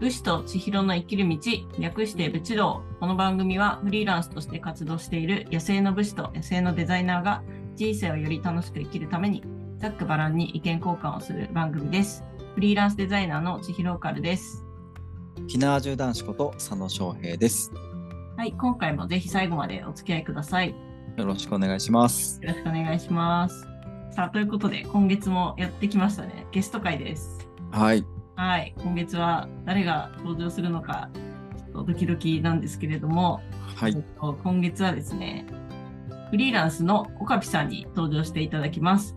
武士と千尋の生きる道略して武士道この番組はフリーランスとして活動している野生の武士と野生のデザイナーが人生をより楽しく生きるためにざっくばらんに意見交換をする番組ですフリーランスデザイナーの千尋オカルですひなわじゅう男子こと佐野翔平です。はい今回もぜひ最後までお付き合いくださいよよろしくお願いします。ろしくお願いしますさあということで今月もやってきましたねゲスト会ですはい。はい、今月は誰が登場するのか、ちょっとドキドキなんですけれども、はえっい。と今月はですね、フリーランスのオカピさんに登場していただきます。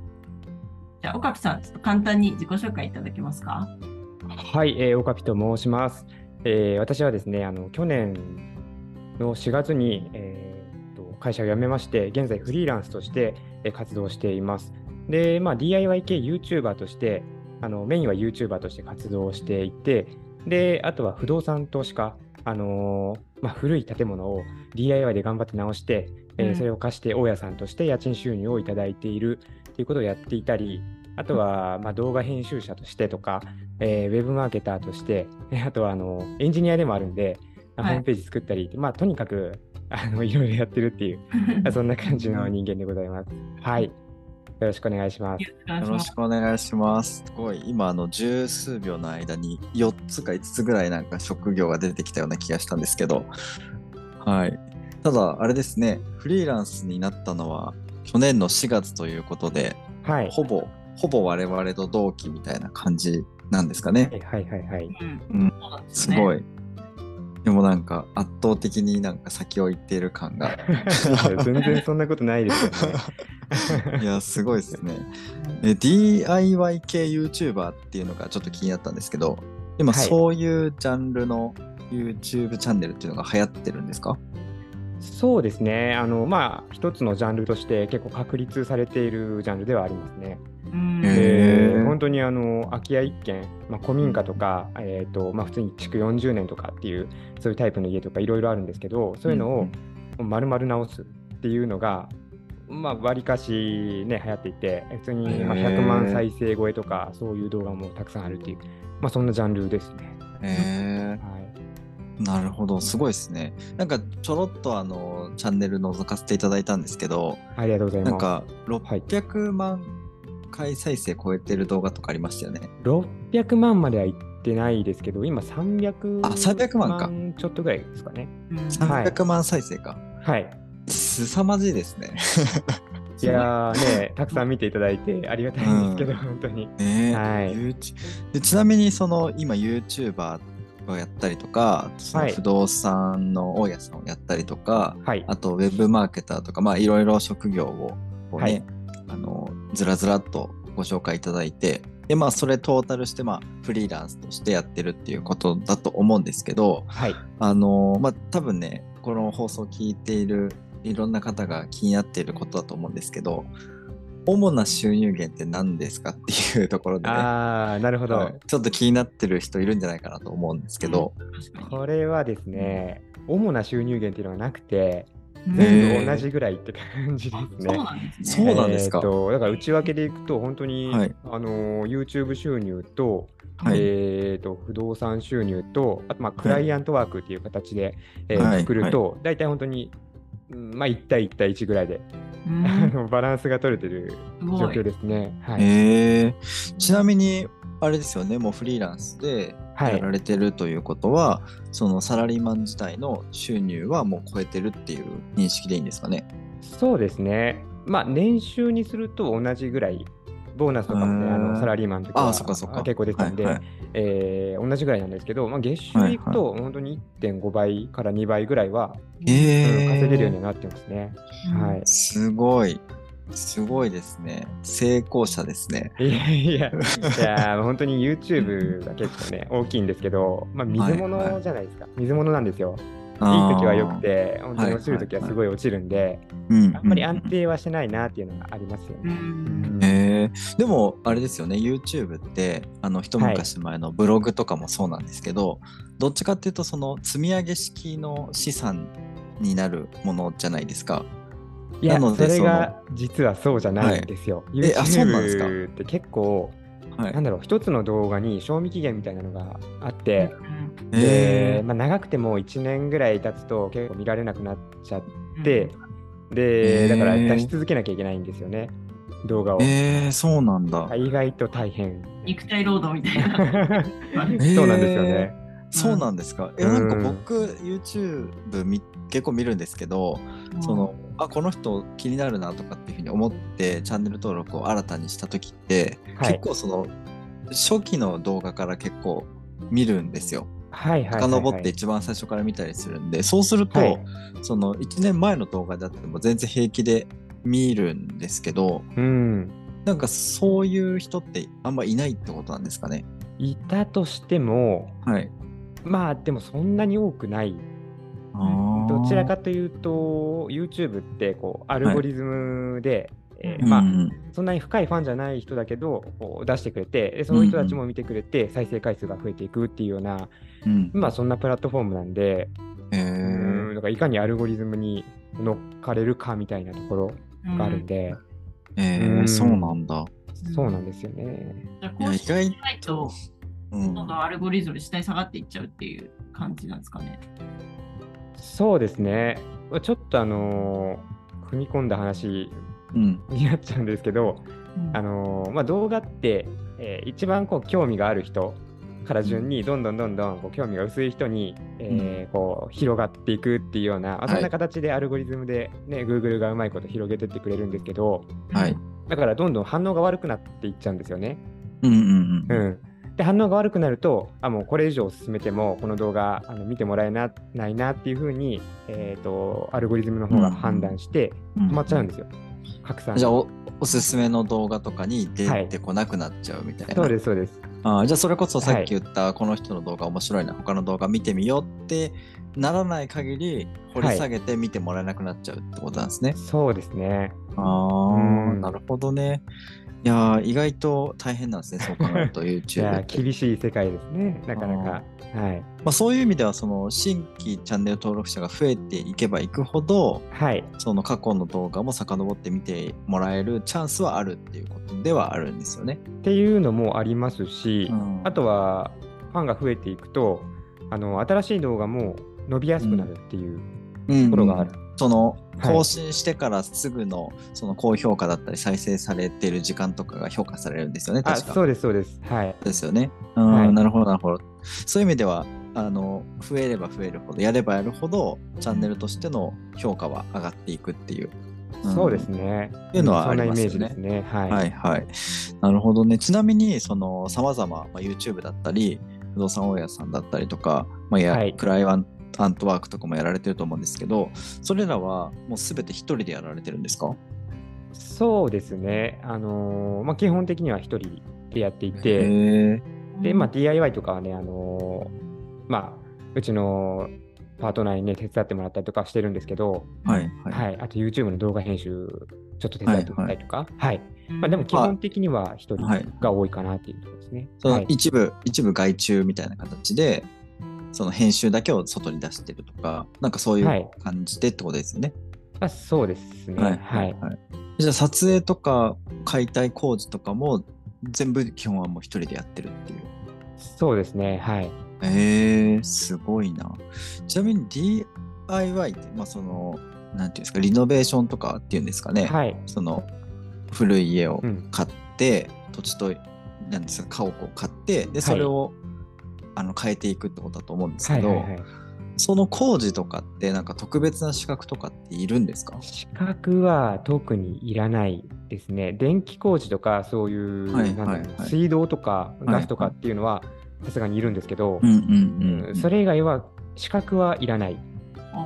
じゃあ、オカピさん、ちょっと簡単に自己紹介いただけますか。はい、えー、オカピと申します。えー、私はですね、あの去年の4月に、えー、と会社を辞めまして、現在フリーランスとして、えー活動しています。で、まあ、DIY 系 YouTuber として、あのメインは YouTuber として活動していて、で、あとは不動産投資家、あのーまあ、古い建物を DIY で頑張って直して、えーうんそれを貸して大家さんとして家賃収入をいただいているということをやっていたり、あとは、まあ、動画編集者としてとか、えーウェブマーケターとして、えーあとはあのエンジニアでもあるんで、あはいホームページ作ったり、まあ、とにかくあのいろいろやってるっていう、あそんな感じの人間でございます。はい。よろしくお願いします。よよろしくお願いします。すごい、今、あの、十数秒の間に4つか5つぐらいなんか職業が出てきたような気がしたんですけど、はい。ただ、あれですね、フリーランスになったのは去年の4月ということで、はい。ほぼ、ほぼ我々と同期みたいな感じなんですかねは。いはいはいはい。うん、そうなんですすよねごい。でもなんか圧倒的になんか先を行っている感が 全然そんなことないですよね。 いや、すごいですね。え DIY 系 YouTuber っていうのがちょっと気になったんですけど、今はいそういうジャンルの YouTube チャンネルっていうのが流行ってるんですかそうですね。あの、まあ、一つのジャンルとして結構確立されているジャンルではありますね。うんへーえー本当にあの空き家一軒、まあ、古民家とか、えーとまあ、普通に築40年とかっていうそういうタイプの家とかいろいろあるんですけどそういうのをん丸々直すっていうのが、まあ、割かしね流行っていて普通にまあへー100万再生超えとかそういう動画もたくさんあるっていう、まあ、そんなジャンルですね。うんへはい、ーなるほど、すごいですね。なんかちょろっとあのチャンネル覗かせていただいたんですけど、ありがとうございます。なんか600万回再生超えてる動画とかありましたよね。 600万まではいってないですけど今300あ300万かちょっとぐらいですかね。うんはい300万再生か。はい、すさまじいですね。 いやーね、 たくさん見ていただいてありがたいんですけど、本当に。ねえ、はい YouTube でちなみにその今 YouTuber をやったりとかそのはい不動産の大家さんをやったりとか、はい。あとウェブマーケターとかまあいろいろ職業をこう、ねはいあのずらずらっとご紹介いただいてでまあそれトータルしてまあフリーランスとしてやってるっていうことだと思うんですけどはい。あのまあ多分ねこの放送を聞いているいろんな方が気になっていることだと思うんですけど主な収入源って何ですかっていうところでねあー、なるほど、はいちょっと気になってる人いるんじゃないかなと思うんですけど、確かこれはですね、主な収入源っていうのがなくて、にへー全部同じぐらいって感じであすそうね。なんですね。そうなんですかえーとだから内訳でいくと、本当に、はいあのー YouTube 収入と、はいえーと、不動産収入と、あと、まあ、クライアントワークっていう形で、えーはい作ると、大体本当に、うんまあ、1対1対1ぐらいで、うんあのバランスが取れてるす状ごい況。ですね。はいへえちなみにあれですよねもうフリーランスではやいら、れてるということは、そのサラリーマン自体の収入はもう超えてるっていう認識でいいんですかね。そうですね、まあ、年収にすると同じぐらい、ボーナスとかもうね、ーあんのサラリーマンとかあーそっかそっか結構出てたんで、はいはいえー同じぐらいなんですけど、まあ、月収でいくと、本当に1.5倍から2倍ぐらいは、うんえ稼げるようにはなってますね。はいすごいすごいですね成功者ですね。いやいや、いや本当に YouTube が結構ね、大きいんですけど、まあ、水物じゃないですか、水物なんですよ。いいいい時は良く、て、本当に落ちる時はすごい落ちるんで、うん、あんまり安定はしてないなっていうのがありますようね。んへえでもあれですよね YouTube ってあの一昔前のブログとかもそうなんですけど、どっちかっていうとその積み上げ式の資産になるものじゃないですか。いや、なのそでれが実はそうじゃないんですよ。いえあそうなんですか YouTube って結構、はいなんだろう、一つの動画に賞味期限みたいなのがあって、で、えまあ、長くても1年ぐらい経つと結構見られなくなっちゃっうんて、で、へーだから出し続けなきゃいけないんですよね、動画を。えーそうなんだ。意外と大変。肉体労働みたいな。 えーそうなんですよね。そうなんですか。え、うんなんか僕、YouTube み結構見るんですけど、その、あ、この人気になるなとかっていうふうに思って、チャンネル登録を新たにした時って、はい結。構その、初期の動画から結構見るんですよ。はいはいはい、遡って一番最初から見たりするんで、そうすると、はいその1年前の動画であっても全然平気で見るんですけど、うん。なんかそういう人ってあんまいないってことなんですかね。いたとしても、はい。まあでもそんなに多くない。どちらかというと、YouTube ってこうアルゴリズムで、えーうんまあ、うんそんなに深いファンじゃない人だけど、こう出してくれて、でその人たちも見てくれて、再生回数が増えていくっていうような、うんまあそんなプラットフォームなんで、へうーん、なんかいかにアルゴリズムに乗っかれるかみたいなところうんがあるんで、えーうんそうなんだ。そうなんですよね。じゃあいこやう意し外ないと、うんどんどんアルゴリズムで下に下がっていっちゃうっていう感じなんですかね。そうですね。ちょっとあのー踏み込んだ話うんになっちゃうんですけど、あのーまあ、動画って、えー一番こう興味がある人から順にどんどんどんどんこう興味が薄い人に、えーこう広がっていくっていうような、まあはいそんな形でアルゴリズムで、ね Google がうまいこと広げてってくれるんですけどはい。だからどんどん反応が悪くなっていっちゃうんですよね。うんうんううんんで反応が悪くなるとあもうこれ以上進めてもこの動画あの見てもらえなないなっていうふうに、えー、とアルゴリズムの方が判断してうん。止まっちゃうんですよ、拡散じゃあお、おすすめの動画とかに出てこなくなっちゃうみたいな。そうですそうですあーじゃあそれこそさっき言った、この人の動画面白いな他の動画見てみようってならない限り掘り下げて見てもらえなくなっちゃうってことなんですね。そうですねああうんなるほどね。いやー意外と大変なんですねそう考えると いや YouTube って。厳しい世界ですね、なかなか。はい。まあ、そういう意味ではその新規チャンネル登録者が増えていけばいくほどはい。その過去の動画も遡って見てもらえるチャンスはあるっていうことではあるんですよね。っていうのもありますし、うんあとはファンが増えていくと、あの新しい動画も伸びやすくなるっていうとところがある。そのはい更新してからすぐのその高評価だったり再生されてる時間とかが評価されるんですよねあ、確かそうです、そうです。はい。ですよね、うんはいなるほどなるほどそういう意味ではあの増えれば増えるほどやればやるほどチャンネルとしての評価は上がっていくっていう、んそうですね。っていうのはそんなあイりメますーよねジですね。はい。はいはいなるほどねちなみにそのさまざま YouTube だったり不動産大家さんだったりとか、まあやはいクライアントワークとかもやられてると思うんですけどそれらはもう全て一人でやられてるんですかそうですね。あのーまあ、基本的には一人でやっていへて、ーで、まあ、DIY とかはね、あのーまあ、うちのパートナーにね、手伝ってもらったりとかしてるんですけど、はいはい。はい、あと YouTube の動画編集ちょっと手伝ってもらったりとか、はいまあ、でも基本的には一人はいが多いかなっていうところですね。そはのい、一部、一部外注みたいな形で、その編集だけを外に出してるとか、なんかそういはうい感じでってことですよね。まあ、そうですね。はい、はいじゃあ撮影とか解体工事とかも全部基本はもう一人でやってるっていう。そうですね。はい、へえー、すごいな。ちなみに DIY って、まあその、なんていうんですか、リノベーションとかっていうんですかね。はい、その古い家をうん、買って、土地となんですか家屋を買ってでそれを、あの変えていくってことだと思うんですはけい、ど、はいはい。その工事とかってなんか特別な資格とかっているんですか資格は特にいらないですね。電気工事とか、そういう、はいなんだろうはいはい水道とかいガスとかっていうのは、さすがにいるんですけど、んうんそれ以外は資格はいらない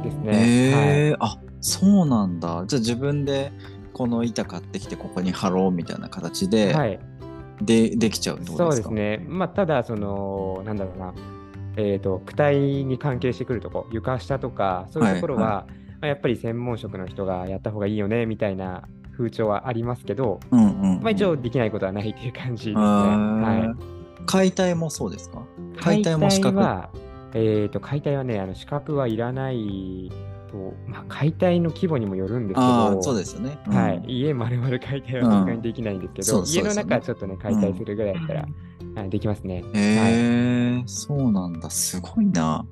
ですね。へはいえあそうなんだじゃあ自分でこの板買ってきてここに貼ろうみたいな形で、はい、でできちゃうってことそうですでかすね、まあ、ただその、なんだろうな、えー、と躯体に関係してくるとこ、床下とか、そういうところは、はいまあ、やっぱり専門職の人がやった方がいいよねみたいな風潮はありますけど、うんうんうんまあ、一応できないことはないっていう感じですね。あはー解体もそうですかい、解体も資格は、えー、と解体はね、あの資格はいらないとまあ、解体の規模にもよるんですけあど、あ、そうですよね。うんはい、家丸々解体はさすがにできないんですけど、うんそう家のそうですよ中ねちょっとね、解体するぐらいだったら、はいできますね。へえ、そうなんだ。すごいな。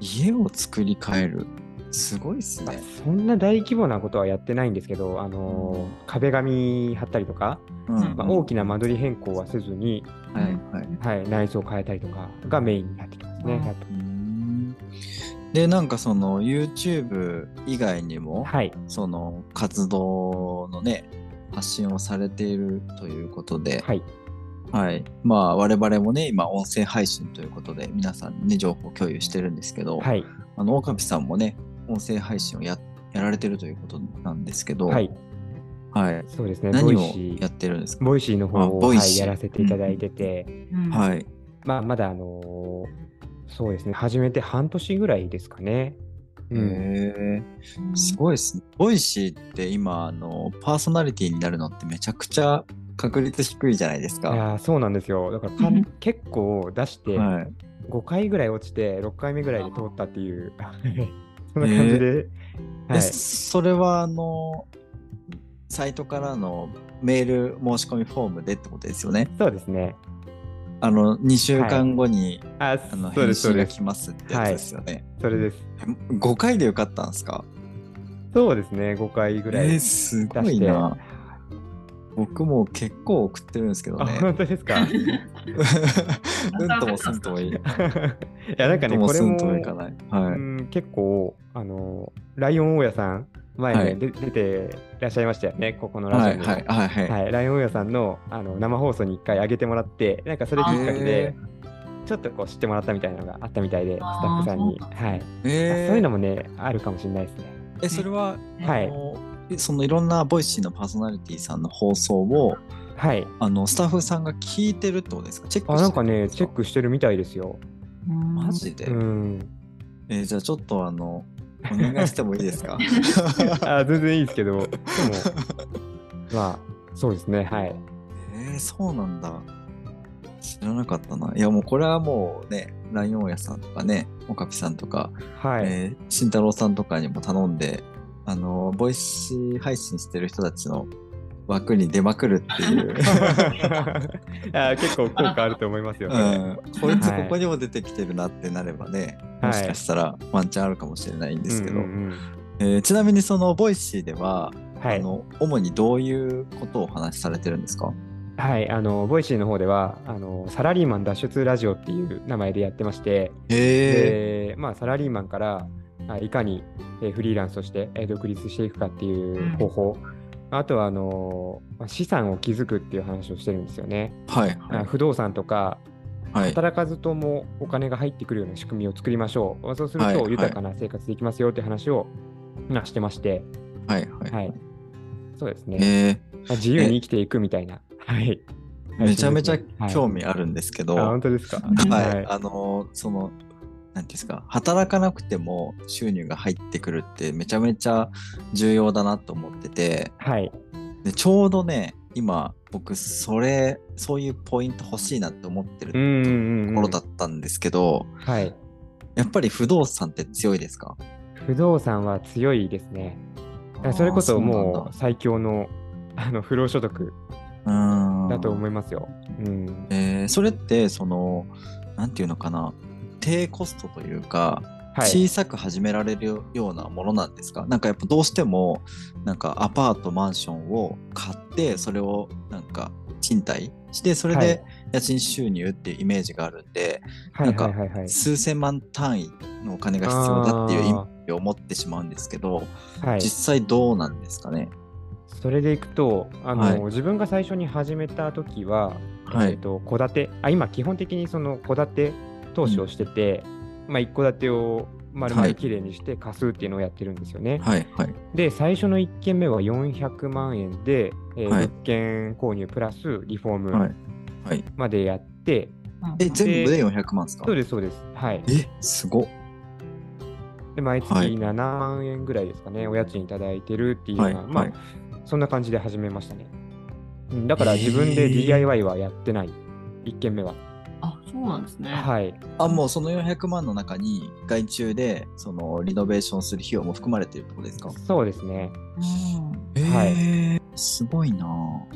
家を作り変える。すごいっすまあね。そんな大規模なことはやってないんですけど、あのー壁紙貼ったりとか、うんまあ、大きな間取り変更はせずに、はいはい。はい、内装を変えたりとかがメインになってきますね。うんやっうーんで、なんかその YouTube 以外にぱも、はい、その活動のね、発信をされているということで、はい、はい。まあ、我々もね、今、音声配信ということで、皆さんにね、情報共有してるんですけど、はい、あの、岡部さんもね、音声配信をややられてるということなんですけど、はい、はい。そうですね。ボ何イをシーやってるんですかボイシーの方あを、ボイはい、シーやらせていただいてて、うんはい。まあ、まだあのーそうですね、始めて半年ぐらいですかね。うん、へえ、うんすごいですね。ボイシーって今、あの、パーソナリティになるのってめちゃくちゃ確率低いじゃないですいか。はやーそうなんですよ。だからかうんん結構出して、い。 5回ぐらい落ちて、6回目ぐらいで通ったっていう、 そんな感じで、えそれは、あの、サイトからのメール申し込みフォームでってことですよね。そうですね。あの、2週間後に、ああの、そうで返す、そう信がです来。ますってやつですよね。それです。え5回で受かったんですかそうですね、5回ぐえらい出ーして。すごいな。僕も結構送ってるんですけどあ、 ね。本当ですか。いうんともすんともいい。や、なんかとね、もこれすんも、ともいかない。はうい。ん結構、あの、ライオン大家さん、前ね、はいで出てらっしゃいましたよね、ここのラジはオいに。はいはいはい。はい、ライオン大家さんのあの生放送に1回上げてもらって、なんかそれきっかけでへ、ちょっとこう知ってもらったみたいなのがあったみたいで、スタッフさんに。あーそうはい、あえーそういうのもね、あるかもしれないですね。えそれは、はあい。のえそのいろんなボイシーのパーソナリティさんの放送をはい。あのスタッフさんが聞いてるってことですかチェックあ、してなるんかね、チェッククしてるみたいですよ。うんマジで、うん。えーじゃあちょっとあのお願いしてもいいですかあ、全然いいです けど、でも、まあ、そうですね、はい。えー、そうなんだ知らなかったないやもうこれはもうねライオン屋さんとかねオカピさんとか、はい。えー慎太郎さんとかにも頼んであのボイシー配信してる人たちの枠に出まくるって いう あ結構効果あると思いますよ、それうん、こいつはいここにも出てきてるなってなればね、はもいしかしたらワンチャンあるかもしれないんですけど、うんうんえーちなみにそのボイシーでは、うんはあい、の主にどういうことをお話しされてるんですかはい、あのボイシーの方ではあのサラリーマン脱出ラジオっていう名前でやってまして、へえでまあ、サラリーマンからあいかにえーフリーランスとしてえー独立していくかっていう方法、あとはあのまあ資産を築くっていう話をしてるんですよね、はいあ不動産とかはい働かずともお金が入ってくるような仕組みを作りましょう、まあそうするはいはとい豊かな生活できますよって話を、まあしてまして、はいはいははいい、そうですね、えまあ自由に生きていくみたいな、はい、ーめちゃめちゃ興味味あるんですけど、あは本当ですかい、はいあのそのなんていうんですか働かなくても収入が入ってくるってめちゃめちゃ重要だなと思ってて、はい。でちょうどね今僕それそういうポイント欲しいなって思ってうるんうとんこうろんだ。ったんですけど、はい。やっぱり不動産って強いですか不動産は強いですね。それこそもう最強のあの不労所得うなんだだとうん思いますよ。うん。えーそれってそのなんていうのかな低コストというか、は小い。さく始められるようなものなんですかなんかやっぱどうしてもなんかアパートマンションを買ってそれをなんか賃貸してそれはいで家賃収入っていうイメージがあるんで、はないんかはいはいはい。数千万単位のお金が必要だっていう意味を持ってしまうんですけど、はい。実際どうなんですかね。それでいくと、あの、はい自分が最初に始めた時は、はえっ。と、戸建て、あ、今基本的にその戸建て投資をしてて、まあ一戸建てを丸は々いきれいにして貸すっていうのをやってるんですよね。はいはい。で、最初の1件目は400万円で、えーはい物件購入プラスリフォーはムい。はい。までやって、うんえ、全部で400万ですかそうです、そうです。はい。え、すごっ。で、毎月はい7万円ぐらいですかね、お家賃いただいてるっていうのは、はいまあ、はい。そんな感じで始めましたね。うん、だからへー自分で DIY はやってない、1件目は。あ、そそうなんですね。はい、あもうその400万の中に外注でそのリノベーションする費用も含まれているってことですかそうですね。うんはいえーすごいなあ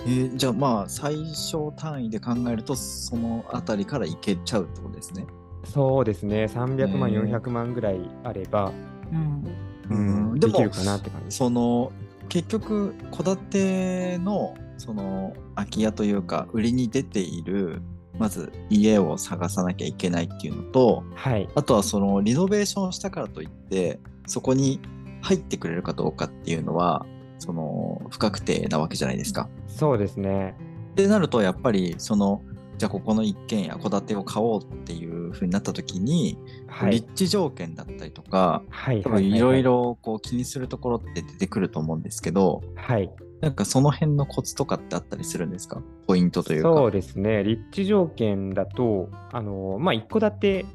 えーじゃあまあ最小単位で考えるとそのあたりからいけちゃうってことですね。そうですね。300万、へー400万ぐらいあれば、うんうん、でできもるかなって感じ。その結局戸建てのその空き家というか売りに出ているまず家を探さなきゃいけないっていうのとはい、あとはそのリノベーションしたからといってそこに入ってくれるかどうかっていうのはその不確定なわけじゃないですか。そうですね。ってなるとやっぱりそのじゃあここの一軒家戸建てを買おうっていう風になった時に、はい、立地条件だったりとかはい、多は分いろいいろ。ろこう気にするところって出てくると思うんですけどはい、なんかその辺のコツとかってあったりするんですかポイントというか。そうですね。立地条件だと、あの、まあ、一戸建て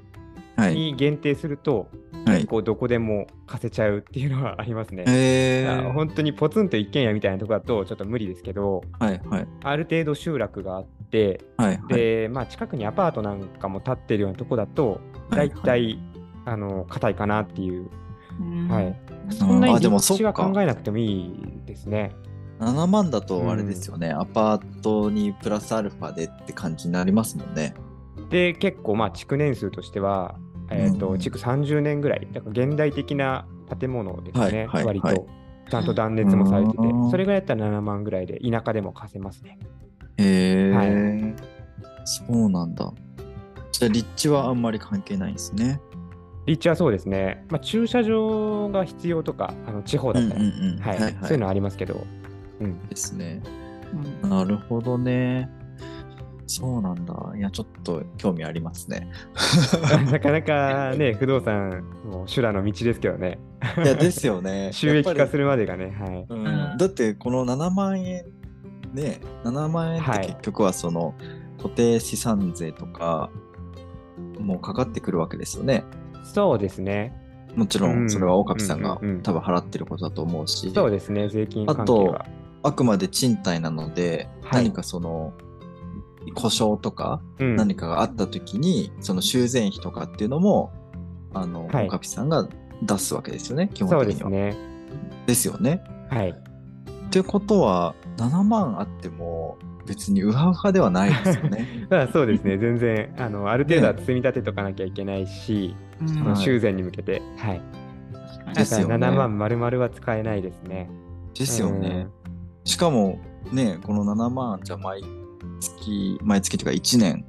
はいに限定すると、はい結構どこでも貸せちゃうっていうのはありますね。えーあ本当にポツンと一軒家みたいなとこだとちょっと無理ですけど、はいはいある程度集落があって、はいはいで、まあ近くにアパートなんかも建ってるようなとこだと、はだいいたいあの硬いかなっていう、うんはい、うそんなにあでも立地はそっか考えなくてもいいですね。 7万だとあれですよね、アパートにプラスアルファでって感じになりますもんね。で、結構まあ築年数としては、えーとうん築30年ぐらい、だから現代的な建物ですはいね、はい割はいと。ちゃんと断熱もされててうん、それぐらいだったら7万ぐらいで、田舎でも貸せますね。へえ、そうなんだ。じゃあ立地はあんまり関係ないんですね。立地はそうですね、まあ、駐車場が必要とか、あの地方だったら、んはいそういうのはありますけど、うん、 ですね。うんなるほどね。そうなんだ。いや、ちょっと興味あります ね。なかなか ね、不動産も修羅の道ですけどね、。いや、ですよね 収益化する。るまでがね、はい、うん、だって、この7万円、ね、7万円って結局はその、固定資産税とか、もうかかってくるわけですよね。そうですね、もちろ、うんんそれは大上さんがうんうんうん多分払ってることだと思うし、そうですね、税金関係は。あくまで賃貸なので、はい何かその、故障とか、うん何かがあった時に、その修繕費とかっていうのもあの、はオいカピさんが出すわけですよね基そ本う的でにすは。ね、ですよね。はい、ってことは7万あっても別にウハウハではないですよね。 まあそうで すね、全然あの、ある程度は積み立てとかなきゃいけない し、うんその修繕に向けて、はい、確かだでにすからよね7万丸々は使えないですね。ですよね。しかもねこの7万じゃ毎月毎月というか1年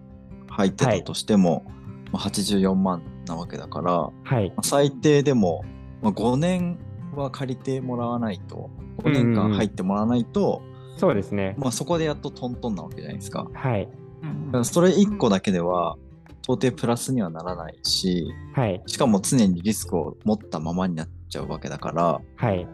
入ってたとしても、まあ84万なわけだから、まうん。はい、あ最低でも、まあ、5年は借りてもらわないと5年うんうん間うん入ってもらわないと、そうですね、まあ、そこでやっとトントンなわけじゃないですか。はい、うんだからそれ1個だけでは到底プラスにはならないし、はい、しかも常にリスクを持ったままになっちゃうわけだから、はい。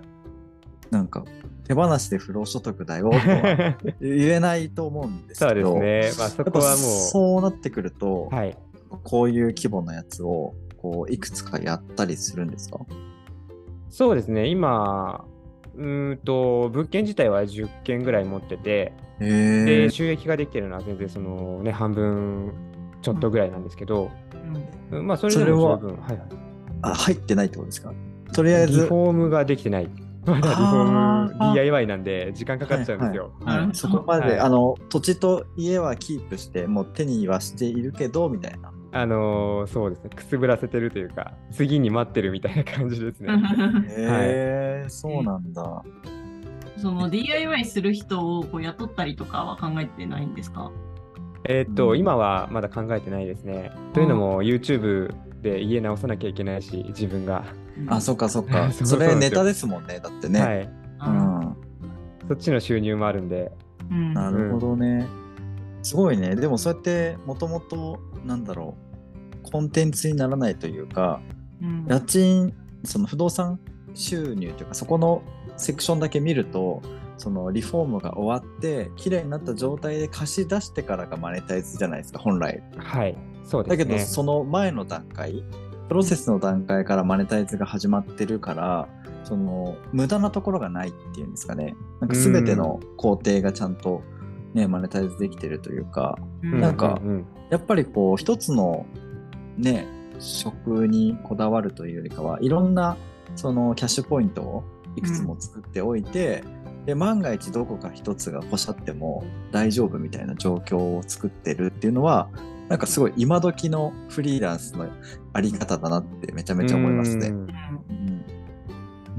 なんか手放しで不労所得だよと は 言えないと思うんですそけうど、ですね、まあ、やそっぱこはもそうなってくると、う、はい、こういう規模のやつをこういくつかやったりするんですかそうですね、今、うーんと、物件自体は10件ぐらい持ってて、へで、え収益ができてるのは全然そのね、半分ちょっとぐらいなんですけど、うんまあ、それでも十分、はいはい、あ入ってないってことですかとりあえリフず、ォームができてない。まだリフォーあーム DIY なんで、時間かかっちゃうんですよ。なるほどそこまで、はいあの土地と家はキープしてもう手にはしているけどみたいなあのーそうですね、くすぶらせてるというか、次に待ってるみたいな感じですね。うんへえ、そうなんだ。その DIY する人をこう雇ったりとかは考えてないんですかえーっうと、ん今はまだ考えてないですね。というのも、YouTube で家直さなきゃいけないし、自分が。あ、そっかそっか。 そそうそうれなんネですよタですもんね。だってね。はい。うんそっちの収入もあるんで、うんうん。なるほどね。すごいね。でもそうやってもともとなんだろうコンテンツにならないというか、うん家賃その不動産収入というかそこのセクションだけ見ると。そのリフォームが終わって綺麗になった状態で貸し出してからがマネタイズじゃないですか本来はい、そうですだね。けどその前の段階プロセスの段階からマネタイズが始まってるからその無駄なところがないっていうんですかねなんか全ての工程がちゃんとね、マネタイズできてるというか、うんなんかううんやっぱりこう一つのね食にこだわるというよりかはいろんなそのキャッシュポイントをいくつも作っておいて、で万が一どこか一つがポシャっても大丈夫みたいな状況を作ってるっていうのはなんかすごい今時のフリーランスのあり方だなってめちゃめちゃ思いますうね。うんん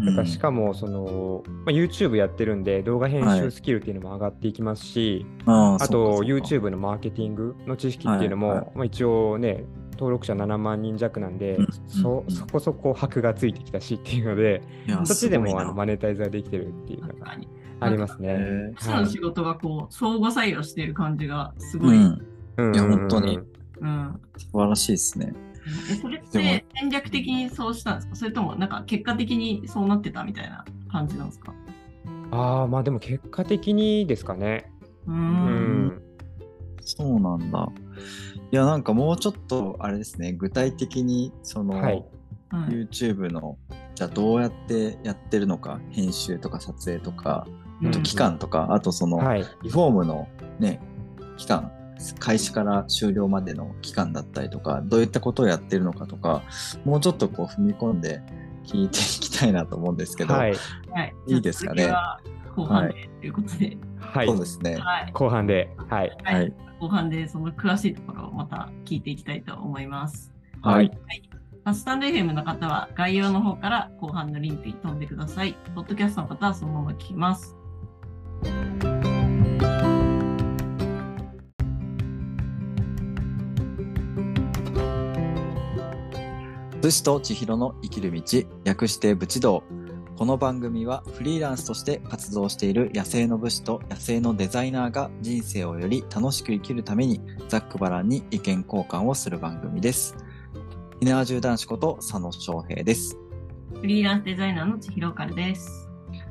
だからしかもその、まあ、YouTube やってるんで動画編はい集スキルっていうのも上がっていきますし、ああと YouTube のマーケティングの知識っていうのも、はいはいまあ、一応ね登録者7万人弱なんで、うんそうんそこそこ箔がついてきたしっていうので、そっちでもあのマネネタイズができてるっていうの確がかに。ありますね。基礎の仕事がこう、相互作用している感じがすごうい。うん。ん、いや本当にうん素晴らしいですね。えそれって戦略的にそうしたんですかそれともなんか結果的にそうなってたみたいな感じなんですかああまあでも結果的にですかね。うー。うんんそうなんだ。いや、なんかもうちょっと、あれですね、具体的に、その、はい、はい YouTube の、じゃあどうやってやってるのか、編集とか撮影とか、うんあと期間とか、あとその、はいリフォームのね、期間、開始から終了までの期間だったりとか、どういったことをやってるのかとか、もうちょっとこう踏み込んで聞いていきたいなと思うんですけど、はいはいいいですかねじゃあ続きは後半でということで、はいそうですね。はい。後半ではいはいはい後半でその詳しいところをまた聞いていきたいと思います。はい。まあスタンド FM の方は概要の方から後半のリンクに飛んでください。ポッドキャストの方はそのまま聞きます。武士と千尋の生きる道、略して武士道。この番組はフリーランスとして活動している野生の武士と野生のデザイナーが人生をより楽しく生きるためにざっくばらんに意見交換をする番組です。ひなわじゅう男子こと佐野翔平です。フリーランスデザイナーの千尋からです。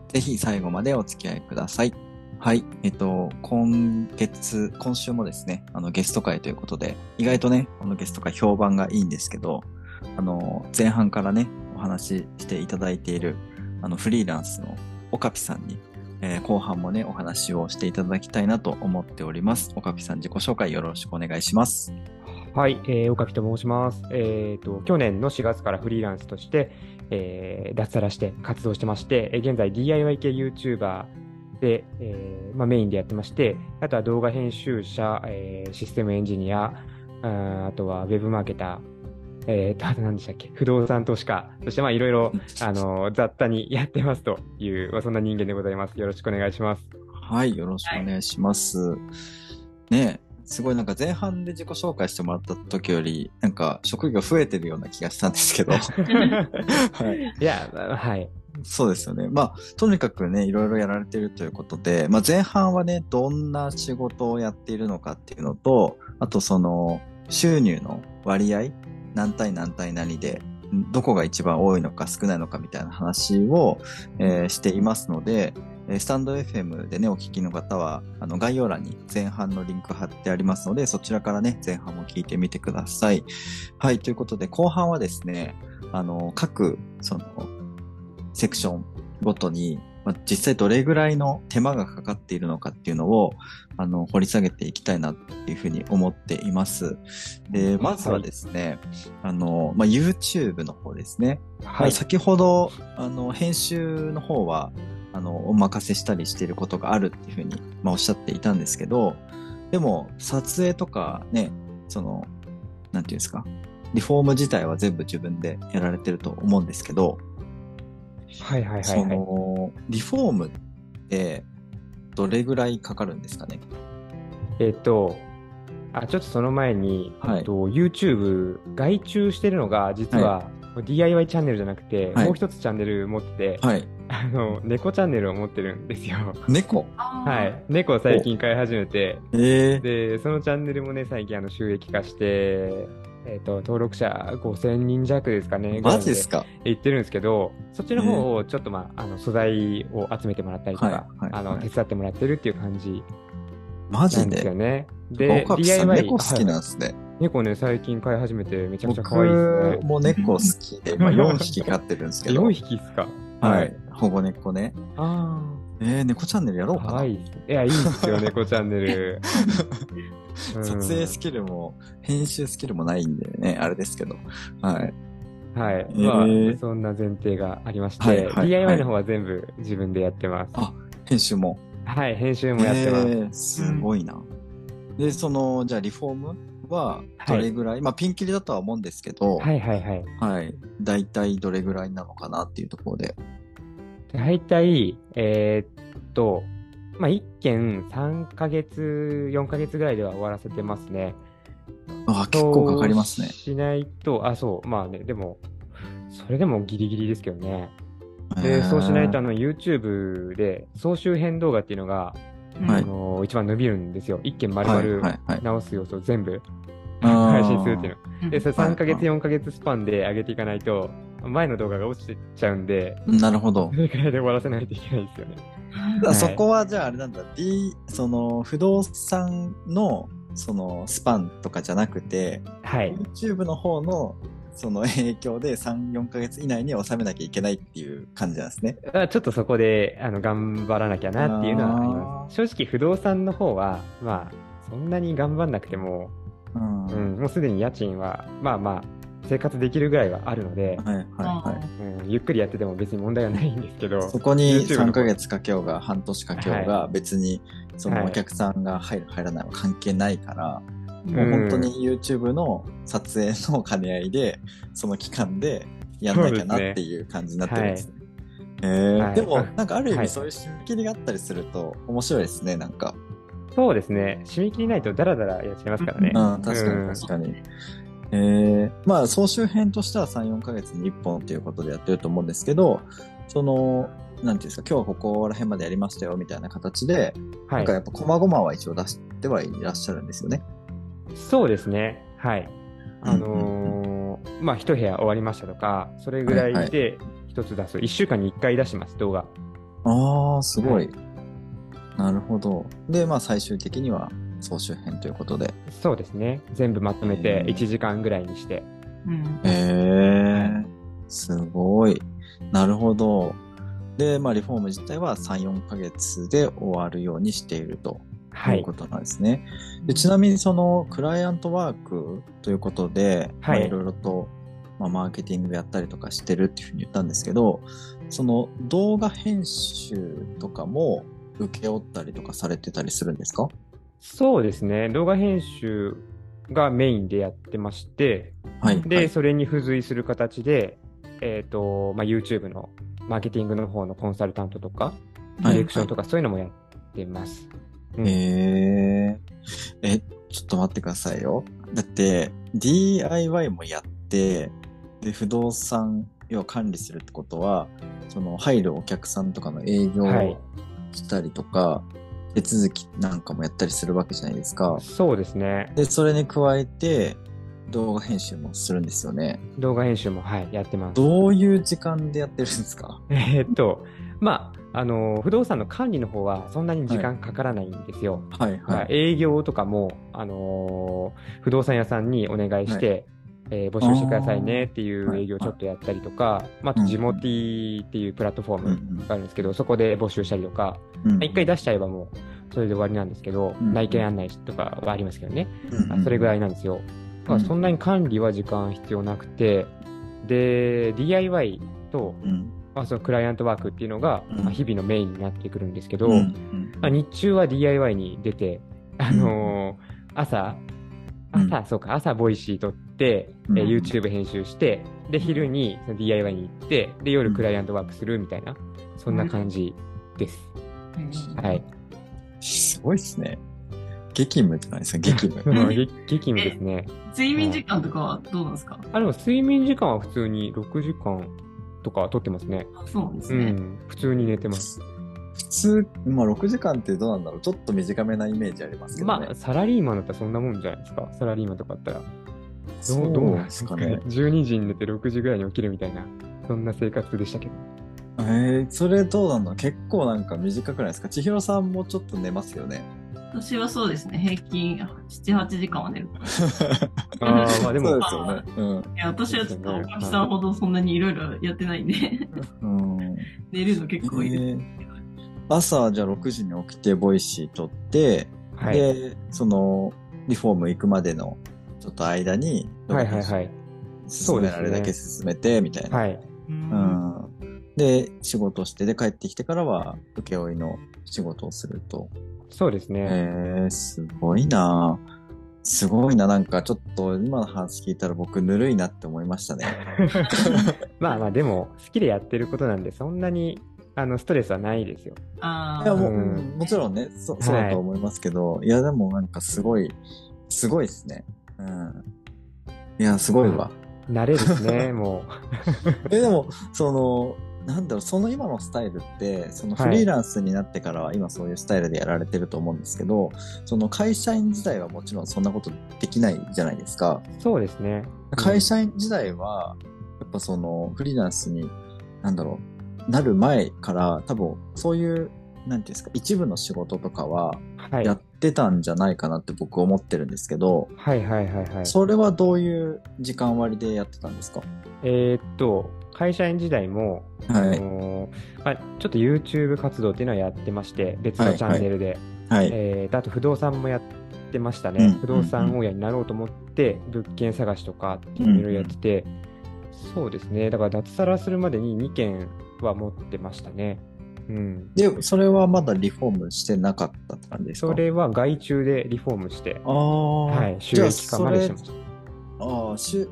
ぜひ最後までお付き合いください。はい。えっと、今月、今週もですね、あのゲスト会ということで、意外とね、このゲスト会評判がいいんですけど、あの、前半からね、お話ししていただいている、あの、フリーランスのオカピさんに、えー後半もね、お話をしていただきたいなと思っております。オカピさん自己紹介よろしくお願いします。はい、えー、岡木と申します。えっ、と、去年の4月からフリーランスとして、えー脱サラして活動してまして、えー現在 DIY 系 YouTuber で、えーまあ、メインでやってまして、あとは動画編集者、えーシステムエンジニア、あーあとはウェブマーケター、えーと、あと何でしたっけ、不動産投資家、そしてまあいろいろ、あの、雑多にやってますという、まあそんな人間でございます。よろしくお願いします。はい、よろしくお願いします。ねえ、すごいなんか前半で自己紹介してもらった時より、なんか職業増えてるような気がしたんですけど、はい、いや、まあはい。そうですよね。まあ、とにかくね、いろいろやられてるということで、まあ前半はね、どんな仕事をやっているのかっていうのと、あとその収入の割合、何対何対何で、どこが一番多いのか少ないのかみたいな話を、えーしていますので、えースタンド FM でね、お聞きの方は、あの、概要欄に前半のリンク貼ってありますので、そちらからね、前半も聞いてみてください。はい、ということで、後半はですね、あの、各、その、セクションごとに、まあ実際どれぐらいの手間がかかっているのかっていうのを、あの、掘り下げていきたいなっていうふうに思っています。で、まずはですね、あの、まあ、YouTube の方ですね。はい。先ほどあの編集の方はあのお任せしたりしていることがあるっていうふうに、まあ、おっしゃっていたんですけどでも撮影とかねそのなんていうんですかリフォーム自体は全部自分でやられてると思うんですけど、はいはいはいそはい。のリフォームってどれぐらいかかるんですかねえっと、あ、ちょっとその前に、はいえっと YouTube 外注してるのが、実は、DIY チャンネルじゃなくて、はいもう一つチャンネル持ってて、はいあの、猫チャンネルを持ってるんですよ。猫ははい。。猫を最近飼い始めて、えー、で、そのチャンネルもね、最近あの収益化して、えっと、登録者5000人弱ですかね。マジですかぐらいで行ってるんですけど、そっちの方をちょっとまあ、あの、素材を集めてもらったりとかはいはい、あはの、い手伝ってもらってるっていう感じマなジんですよでね。で岡部さん猫好きはいなんですね、猫ね、最近飼い始めてめちゃくちゃ僕可愛いですね。も猫好きで、まあ、4匹飼ってるんですけど 4匹っすかはい。。保護猫ね。ああ。えー、猫チャンネルやろうかな。はい。いや、いいで すよ、猫チャンネル。うん撮影スキルも編集スキルもないんでね、あれですけど。はい。はい。ーまあ、そんな前提がありまして、はいはい DIY の方は全部自分でやってます。あ編集も。はい、編集もやってます。えーすごいな。で、その、じゃあリフォームはどれぐらい、まあピンキリだとは思うんですけど、はいはいはい。はい。大体どれぐらいなのかなっていうところで。大体、えーっと、まあ、1件3ヶ月、4ヶ月ぐらいでは終わらせてますね。あ結構かかりますねそう。しないと、あ、そう、まあね、でも、それでもギリギリですけどね。えで、ーそうしないと、あの、YouTube で、総集編動画っていうのが、はあいの一番伸びるんですよ。1件丸はい々はいはい。直す要素を全部あー配信するっていうの。で、それはい3ヶ月、4ヶ月スパンで上げていかないと、前の動画が落ちてっちゃうんで、 なるほどそ。れくらいで終わらせないといけないですよね。だからはいそこはじゃああれなんだ、D、その不動産のそのスパンとかじゃなくて、はい。 YouTube の方のその影響で3、4ヶ月以内に収めなきゃいけないっていう感じなんですね。あちょっとそこであの頑張らなきゃなっていうのはあります。正直、不動産の方は、まあ、そんなに頑張んなくても、うんうはいん、もうすでに家賃は、まあまあ、生活できるぐらいはあるので、はいはうん、ゆっくりやってても別に問題はないんですけどい。、そこに YouTube の方3ヶ月かけようが半年かけようが別にそのお客さんが入る入らないは関係ないから、うんもう本当に YouTube の撮影の兼ね合いで、その期間でやんなきゃなっていう感じになってるんですね。えーはいでも、なんかある意は味いそういう締め切りがあったりすると面白いですね、なんか。そうですね、締め切りないとダラダラやっちゃいますからね。ううん、確かに確かに。えーまあ、総集編としては3、4ヶ月に1本ということでやってると思うんですけど、その、なんていうんですか、今日はここら辺までやりましたよみたいな形で、はなんいか、やっぱ、細々は一応出してはいらっしゃるんですよね。そうですね、はい。あのーまあ、一部屋終わりましたとか、それぐらいで一つ出す、一週間に一回出してます、動画。ああ、すご。はいなるほど。で、まあ最終的には総集編ということで。そうですね、全部まとめうてん1時間ぐらいにして。うんへえすごい。なるほど。で、まあリフォーム自体は3、4ヶ月で終わるようにしているとはいいうことなんですね。でちなみにそのクライアントワークということで、はいまあいろいろと、まあ、マーケティングやったりとかしてるっていうふうに言ったんですけど、その動画編集とかも請け負ったりとかされてたりするんですかそうですね、動画編集がメインでやってまして、はい。で、はいそれに付随する形で、えっ、と、まあ、YouTube のマーケティングの方のコンサルタントとか、デはいィレクションとか、そういうのもやってます。うんへええ、ちょっと待ってくださいよ。だって、DIY もやって、で、不動産、要は管理するってことは、その入るお客さんとかの営業はいをしたりとか、手続きなんかもやったりするわけじゃないですか。そうですね、で、それに加えて、動画編集もするんですよね。動画編集も、はい、やってます。どういう時間でやってるんですかえーっと、まあ、あの不動産の管理の方はそんなに時間かからないんですよ。はいまあはい。営業とかも、あのー不動産屋さんにお願いして、えー募集してくださいねっていう営業をちょっとやったりとか、まあ、あとうんジモティっていうプラットフォーうんムがあるんですけど、そこで募集したりとか、うん一回出しちゃえばもうそれで終わりなんですけど、うん内見案内とかはありますけどね、うんまあそれぐらいなんですよ。だからそんなに管理は時間必要なくて、で、DIY と、うんまあ、そのクライアントワークっていうのが、うんまあ日々のメインになってくるんですけど、うんうんまあ、日中は DIY に出て、あのー朝、うん朝、そうか、朝ボイシー撮って、うんえー YouTube 編集して、で、昼にその DIY に行って、で、夜クライアントワークするみたいな、そんな感じです。はい。すごいですね。激務って何ですか激務。もう激激務ですね。睡眠時間とかはどうなんですかあ、でも睡眠時間は普通に6時間とか撮ってますね。あそうなんですうね。ん、普通に寝てます。普通、まあ6時間ってどうなんだろうちょっと短めなイメージありますけどね。まあ、サラリーマンだったらそんなもんじゃないですか。サラリーマンとかだったら。そどうどうなんですかね。 ね。 12時に寝て6時ぐらいに起きるみたいな、そんな生活でしたけど。えー、それどうなんだろう結構なんか短くないですか千尋さんもちょっと寝ますよね。私はそうですね、平均7、8時間は寝る。あーまあで そうもで、すよね。いや私はちょっと、そうおですねかみさ んほどそんなにいろいろやってないんで、うん。うん寝るの結構いる。えー朝、じゃあ6時に起きて、ボイシー撮って、はい。で、その、リフォーム行くまでの、ちょっと間に、はいはいはい。進められるだけ進めて、みたいな。はい。うんうんで、仕事して、で、帰ってきてからは、請負の仕事をすると。そうですね。えー、すごいなぁすごいな、なんかちょっと今の話聞いたら僕ぬるいなって思いましたね。まあまあ、でも、好きでやってることなんで、そんなにあのストレスはないですよ。あいーやもううんもちろんねそ、そうだと思いますけど、い、やでもなんかすごい、すごいですね。うん。いや、すごいわ。慣れで すね、もえ、でも、その、なんだろう、その今のスタイルって、そのはいフリーランスになってからは今そういうスタイルでやられてると思うんですけど、その会社員時代はもちろんそんなことできないじゃないですか。う。そうですね。会社員時代は、やっぱそのフリーランスに、なんだろう、なる前から、多分そういう、なんていうんですか、一部の仕事とかははい。やはっいてたんじゃないかなって僕思ってるんですけど、はいはいはい。それはどういう時間割でやってたんですかえーっと、会社員時代も、はあい。のーまあ、ちょっと YouTube 活動っていうのはやってまして、別のチャンネルで。はい。えーとあと不動産もやってましたうねん。不動産親になろうと思って、物件探しとかっていうのをいろいろやってて、そうですね。だから脱サラするまでに2件は持ってましたね。うん。で、それはまだリフォームしてなかったって感じですかそれは外注でリフォームして、ああ、はい、収じゃあ益化そまでれしてました。ああ、しゅ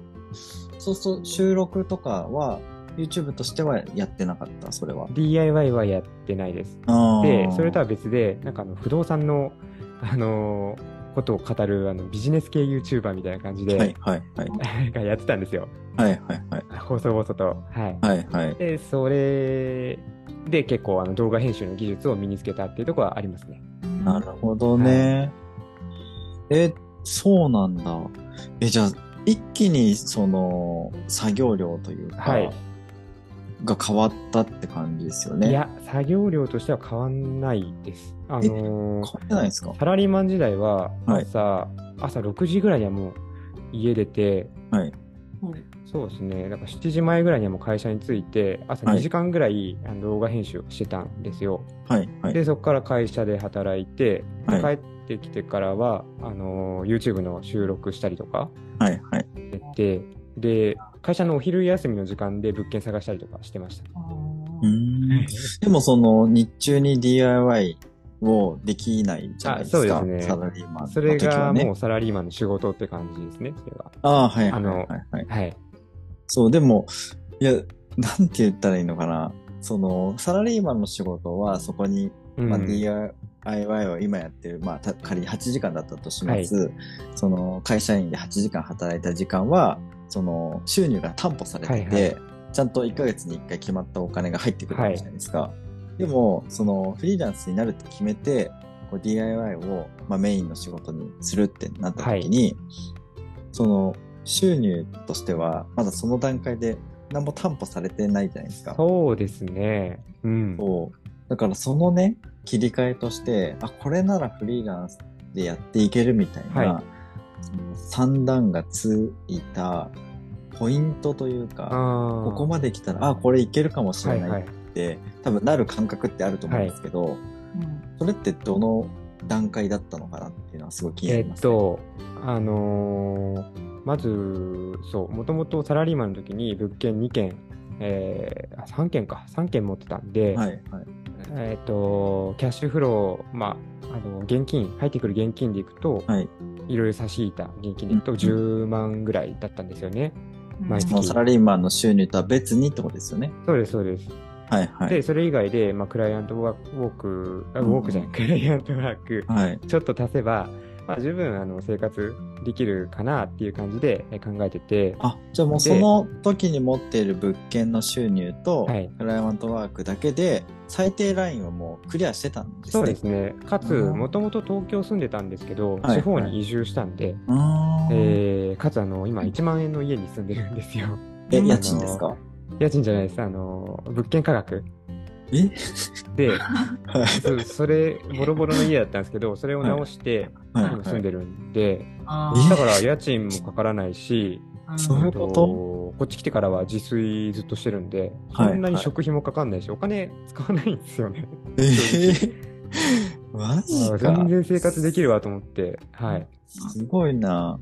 そうそう、収録とかは YouTube としてはやってなかった、それは。 DIY はやってないです。あーで、それとは別で、なんかあの不動産の、あのーことを語るあのビジネス系 YouTuber みたいな感じで、はいはいはい。 がやってたんですよ。はいはいはい。細々と。はい。はいはい。で、それで結構あの動画編集の技術を身につけたっていうところはありますね。なるほどね。え、そうなんだ。え、じゃあ、一気にその作業量というか、はいが変わったって感じですよね。いや、作業量としては変わんないです。あのー変わってないですかサラリーマン時代ははい朝、朝6時ぐらいにはもう家出て、ほうそうですね、だから7時前ぐらいにはもう会社に着いて、朝はい2時間ぐらいあの動画編集をしてたんですよ。はいはい。で、そこから会社で働いて、ではい帰ってきてからはあのー YouTube の収録したりとか、はいはい。でで会社のお昼休みの時間で物件探したりとかしてました、あうーーんでもその日中に DIY をできないじゃないですか。あそうですねサラリーマンの時は、ね。それがもうサラリーマンの仕事って感じですねそれはああ、はいはあいのはい、はい。はいそう、でも、いや、なんて言ったらいいのかな。その、サラリーマンの仕事は、そこに、うんまあ、DIY を今やってる、まあ、た仮に8時間だったとします。その、会社員で8時間働いた時間は、その、収入が担保されてて、はいちゃんと1ヶ月に1回決まったお金が入ってくるわけじゃないですか。でも、その、フリーランスになるって決めて、こう DIY を、まあ、メインの仕事にするってなった時に、その収入としてはまだその段階で何も担保されてないじゃないですか。そうですねうんそうだからそのね切り替えとしてあこれならフリーランスでやっていけるみたいな、はその三段がついたポイントというかあここままで来たらあこれいけるかもしれはないいはっいて、多分なる感覚ってあると思うんですけど、うんそれってどの段階だったのかなっていうのはすごい気になえりまっすね、とあのーまずそうもともとサラリーマンの時に物件2件えー、あ3件か3件持ってたんで、はいはいえっとキャッシュフロー、まあ、あの現金入ってくる現金でいくと、はいいろいろ差し引いた現金でいくとうん10万ぐらいだったんですよね。毎そ月のサラリーマンの収入とは別にってことですよね。そうです、そうです。はいはい。で、それ以外で、まあ、クライアントワーク、ウォーク、あウォークじゃなうい、クライアントワーク、はい。ちょっと足せば、まあ、十分あの生活できるかなっていう感じでえ考えてて、あ、じゃあもうその時に持っている物件の収入と、はいクライアントワークだけで、最低ラインをもうクリアしてたんですね。そうですね。かつ、うんもともと東京住んでたんですけど、はい地方に移住したんで、うーん。えーかつあの、今1万円の家に住んでるんですよ。え、うん家賃ですか家賃じゃないです。あの、物件価格。え で、はいそうそれ、ボロボロの家だったんですけど、それを直して、はい今住んはい。でるんで、あえーだから家賃もかからないし、うんそういうこととこっち来てからは自炊ずっとしてるんで、はいそんなに食費もかかんないし、お金使わないんですよね。え ー、マジあか全。然生活できるわと思って、はい。すごいな。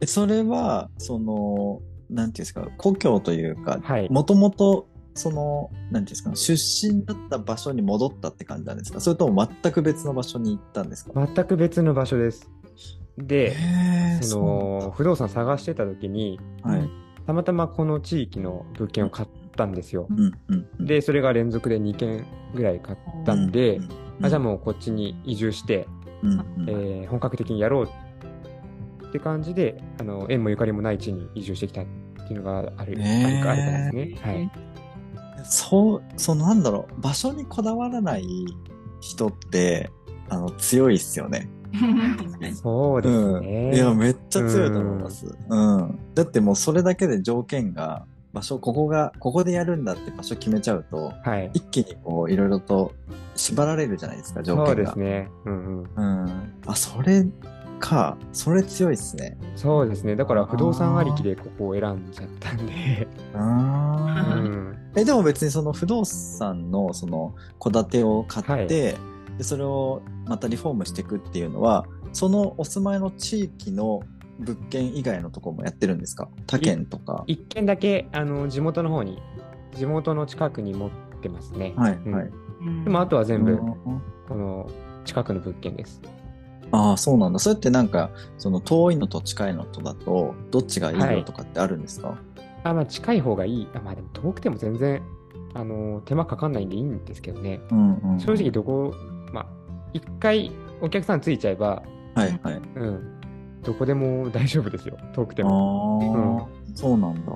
え、それは、その、なんていうんですか、故郷というか、はい。もともと、その、なんていうんですか、出身だった場所に戻ったって感じなんですかそれとも全く別の場所に行ったんですか全く別の場所です。で、へーその不動産探してた時にそうなんだはい。たまたまこの地域の物件を買ったんですよう。んうんうん、でそれが連続で2軒ぐらい買ったんで、ううあじゃあもうこっちに移住して、うん、うんえー本格的にやろうって感じであの縁もゆかりもない地に移住してきたっていうのがある,、ねえあるあるからですね。はい、そう、そのなんだろう、場所にこだわらない人って、あの、強いっすよね。 確かに。そうですね。うん、いや、めっちゃ強いと思います。うん。だってもうそれだけで条件が、場所、ここが、ここでやるんだって場所決めちゃうと、はい、一気にこう、いろいろと縛られるじゃないですか、条件が。そうですね、うんうん。うん。あ、それか。それ強いっすね。そうですね。だから不動産ありきでここを選んじゃったんで、うあーん、え、でも別にその不動産のその戸建てを買って、はいで、それをまたリフォームしていくっていうのは、そのお住まいの地域の物件以外のところもやってるんですか他県とか。一軒だけあの地元の方に地元の近くに持ってますね。はい、うんはい。でもあとは全部うんこの近くの物件です。ああ、そうなんだ。それってなんか、その遠いのと近いのとだと、どっちがいいはのいとかってあるんですか、あまあ近い方がいい。あまあでも遠くても全然あの手間かかんないんでいいんですけどね。うんうん。正直どこまあ一回お客さんついちゃえば、はい、はい。うん、どこでも大丈夫ですよ。遠くてああも。ー、そうなんだ。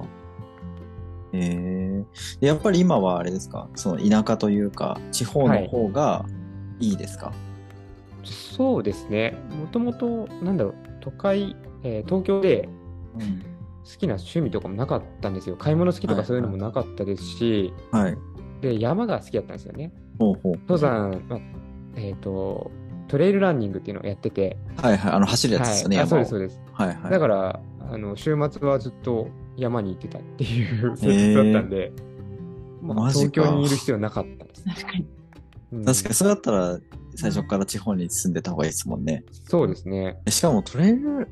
ええやっぱり今はあれですか、その田舎というか、地方の方がいいですか、そうですね。もともとなんだろう都会、えー東京でうん好きな趣味とかもなかったんですよ。買い物好きとかそういうのもなかったですし、はい。で山が好きだったんですよね。ほうほう。登山、まあえっ、と、トレイルランニングっていうのをやってて、はいはい。あの、走るやつですよね、はい、あそう山をです、そうです。はいはい。だから、あの週末はずっと山に行ってたっていう生活だったんで、まあ、マジ東か京にいる必要なかったです。確かに。うん確かに、それだったら、最初から地方に住んでた方がいいですもんね。そうですね。しかも、トレイル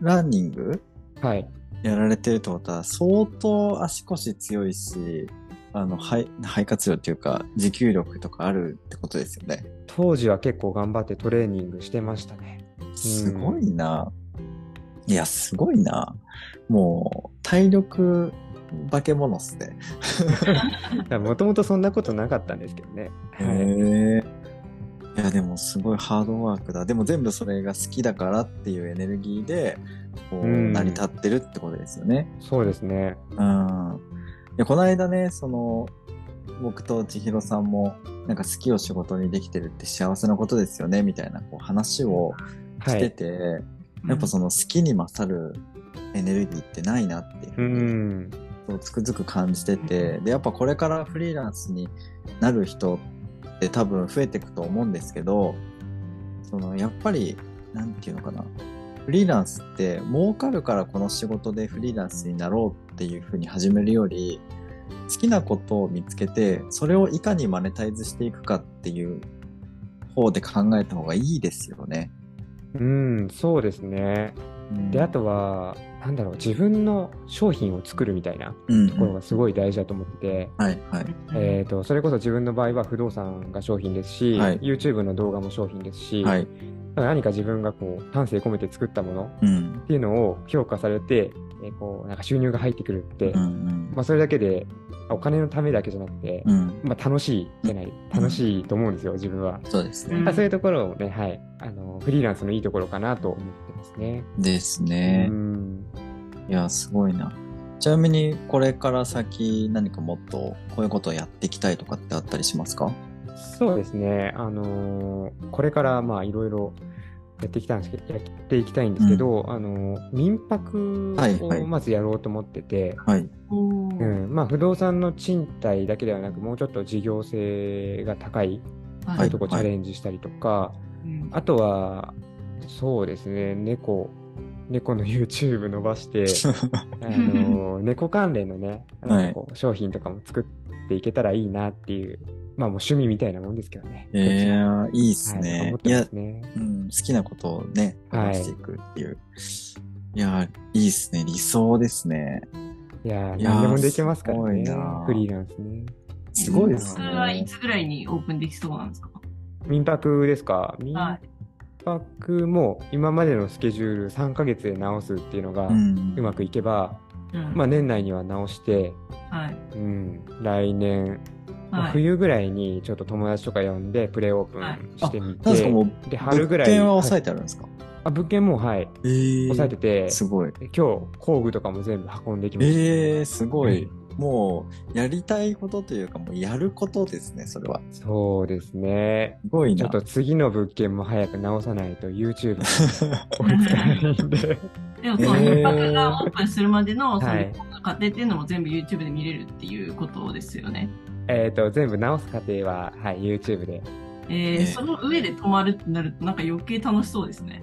ランニングはい。やられてるってことは、相当足腰強いし、あの、肺、肺活量っていうか、持久力とかあるってことですよね。当時は結構頑張ってトレーニングしてまし たね。すごいな。いや、すごいな。もう、体力化け物っすね。もともとそんなことなかったんですけどね。はい、へえ。いや、でもすごいハードワークだ。でも全部それが好きだからっていうエネルギーで、こう、うん成り立ってるってことですよね。そうですね。うん。いや、この間ね、その、僕と千尋さんも、なんか好きを仕事にできてるって幸せなことですよね、みたいなこう話をはしてい。て、やっぱその好きに勝るエネルギーってないなっていううふうにん。そうつくづく感じてて、でやっぱこれからフリーランスになる人って多分増えていくと思うんですけどそのやっぱりなんていうのかなフリーランスって儲かるからこの仕事でフリーランスになろうっていうふうに始めるより好きなことを見つけてそれをいかにマネタイズしていくかっていう方で考えた方がいいですよね。うん、そうですね。うんであとはなんだろう自分の商品を作るみたいなうんところがすごい大事だと思ってて、はいはい。えー、とそれこそ自分の場合は不動産が商品ですし、はい YouTube の動画も商品ですし、はい。だから何か自分がこう丹精込めて作ったものうん。っていうのを評価されて、えーこうなんか収入が入ってくるって、うんうん。まあ、それだけでお金のためだけじゃなくて、うん。まあ、楽しいじゃない楽しいと思うんですよ自分は。そうですね。うんまあそういうところをね、はい、あのフリーランスのいいところかなと思ってますね。ですね。うんいや、すごいな。ちなみに、これから先、何かもっと、こういうことをやっていきたいとかってあったりしますかそうですね、あのーこれからまあいろいろやっていきたいんですけどやっていきたいんですけど、あのー民泊はいはいをまずやろうと思ってて、はい。おーうんまあ、不動産の賃貸だけではなく、もうちょっと事業性が高いはそういいうとこチャレンジしたりとか、うんあとは、そうですね、猫猫の YouTube 伸ば して、あの猫関連のね、はいなんかこう商品とかも作っていけたらいいなっていう、まあもう趣味みたいなもんですけどね。えー、いいですはいね。思っいてまやす、ね。うん、好きなことをね、はいしていくっていう。いやー、いいですね。理想ですね。いやー、いやー何でもできますからね。すごいなフリーランスね。すごいでそすれはいね。つぐらいにオープンできそうなんですか民泊ですか民はい泊も今までのスケジュール3ヶ月で直すっていうのがう。うんまくいけば、うんまあ年内には直して、はい。うん、来年、まあはい。冬ぐらいにちょっと友達とか呼んでプレオープはいンしてみて、なんですかもう、で春物ぐらい件は抑えてあるんですかはいあ物件もはいえー抑えてて、すごい。で今日工具とかも全部運んできました、えー、すごい。うもう、やりたいことというか、もうやることですね、それは。そうですねすごいちょなっ。と次の物件も早く直さないと YouTube に追いつかないんででもそう、えー民泊がオープンするまでの、そはのい過程っていうのも全部 YouTube で見れるっていうことですよね。 えっと全部直す過程は、はい、YouTube でえーねその上で泊まるってなると、なんか余計楽しそうですね。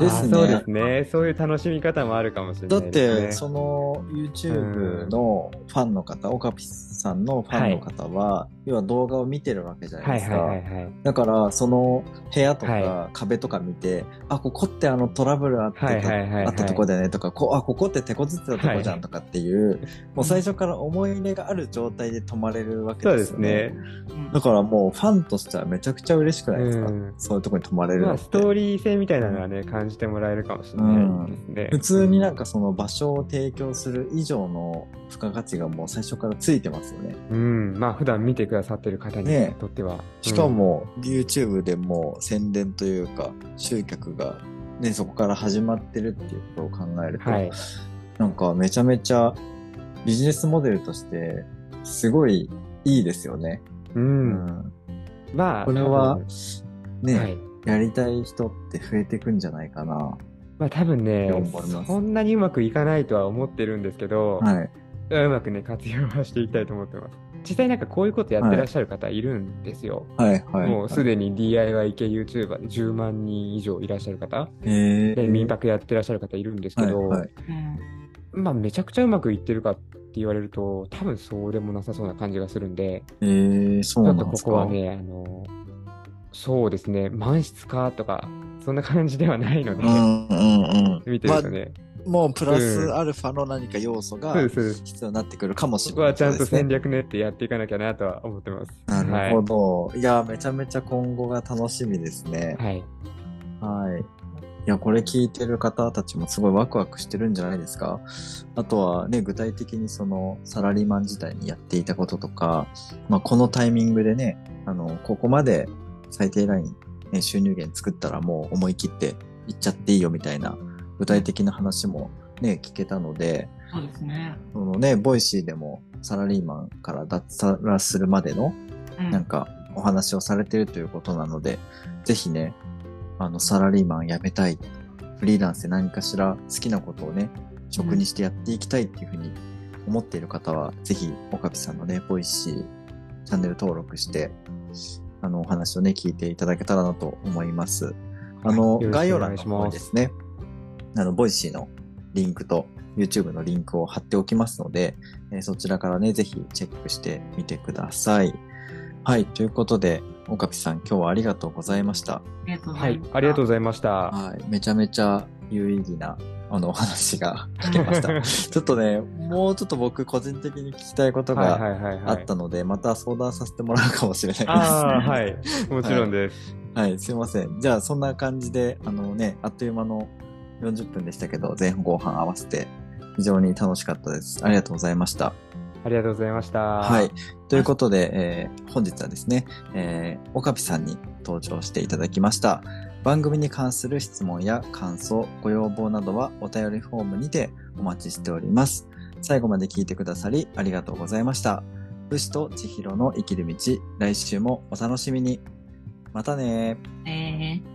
であすねそうですねそういう楽しみ方もあるかもしれ なだいっです、ね、て、その YouTube のファンの方、オカピさんのファンの方は、要は動画を見てるわけじゃないはいですはいはか。いはいだから、その部屋とはか壁とか見て、あ、ここってあのトラブルあってたはいはいはいはいあったとこだよねとか、こあ、ここって手こずってたとこじゃはいんとかっていう、もう最初から思い入れがある状態で泊まれるわけそうでですすよねね。。うんだからもうファンとしてはめちゃくちゃ嬉しくないですか、うんそういうとこに泊まれるまのあ、っスて。トーリー性みたいなのはね感じてもらえるかもしれないですね、普通になんかその場所を提供する以上の付加価値がもう最初からついてますよね。うん、まあ普段見てくださってる方にねとっては。しかも YouTube でもう宣伝というか集客がね、そこから始まってるっていうことを考えるうん、と、はい、なんかめちゃめちゃビジネスモデルとしてすごいいいですよね。う、うんまあ、これは多分ね、はい、やりたい人って増えてくんじゃないかな。まあ多分ね思います、そんなにうまくいかないとは思ってるんですけど、はい。うまくね、活用はしていきたいと思ってます。実際なんかこういうことやってらっしゃる方いるんですよ。はいはい。もうすでに DIY 系 YouTuber で10万人以上いらっしゃる方、へーで民泊やってらっしゃる方いるんですけど、はいはいうんまあめちゃくちゃうまくいってるかって言われると、多分そうでもなさそうな感じがするんで、えー、そうちなょっとんでこすか。こはね、あの、そうですね、満室かとか、そんな感じではないのでう、んうんうん。見てるとね、まあもうプラスうんアルファの何か要素がそうですそうです、必要になってくるかもしそれこない、はちゃんと戦略。略練ってやっていかなきゃなとは思ってます。なるほど。い、や、めちゃめちゃ今後が楽しみですね。はい。はいはい。いや、これ聞いてる方たちもすごいワクワクしてるんじゃないですかあとはね、具体的にそのサラリーマン時代にやっていたこととか、まあこのタイミングでね、あの、ここまで最低ライン、ね、収入源作ったらもう思い切っていっちゃっていいよみたいな具体的な話もね、聞けたので、そうですね。そのね、ボイシーでもサラリーマンから脱サラするまでのうんなんかお話をされてるということなので、ぜひね、あの、サラリーマン辞めたい、フリーランスで何かしら好きなことをね、職にしてやっていきたいっていうふうに思っている方は、ぜひ、オカピさんのね、ボイシー、チャンネル登録して、あの、お話をね、聞いていただけたらなと思います。あの、よろしくお願い概要欄のしま方すにですね、あの、ボイシーのリンクと YouTube のリンクを貼っておきますので、えーそちらからね、ぜひチェックしてみてください。はい、ということで、オカピさん、今日はありがとうございました。ありがとうごはざいいます。。ありがとうございました。はい、めちゃめちゃ有意義な、あの、お話が聞けま した。ちょっとね、もうちょっと僕、個人的に聞きたいこと はいはがいはいはい。あったので、また相談させてもらうかもしれないです。 ああ、はい。もちろんです。はい、すいません。じゃあ、そんな感じで、あのね、あっという間の40分でしたけど、前半後半合わせて、非常に楽しかったです。ありがとうございました。ありがとうございました。はい。ということで、えー本日はですね、えー、オカピさんに登場していただきました。番組に関する質問や感想、ご要望などはお便りフォームにてお待ちしております。最後まで聞いてくださりありがとうございました。武士と千尋の生きる道、来週もお楽しみに。またねー。えー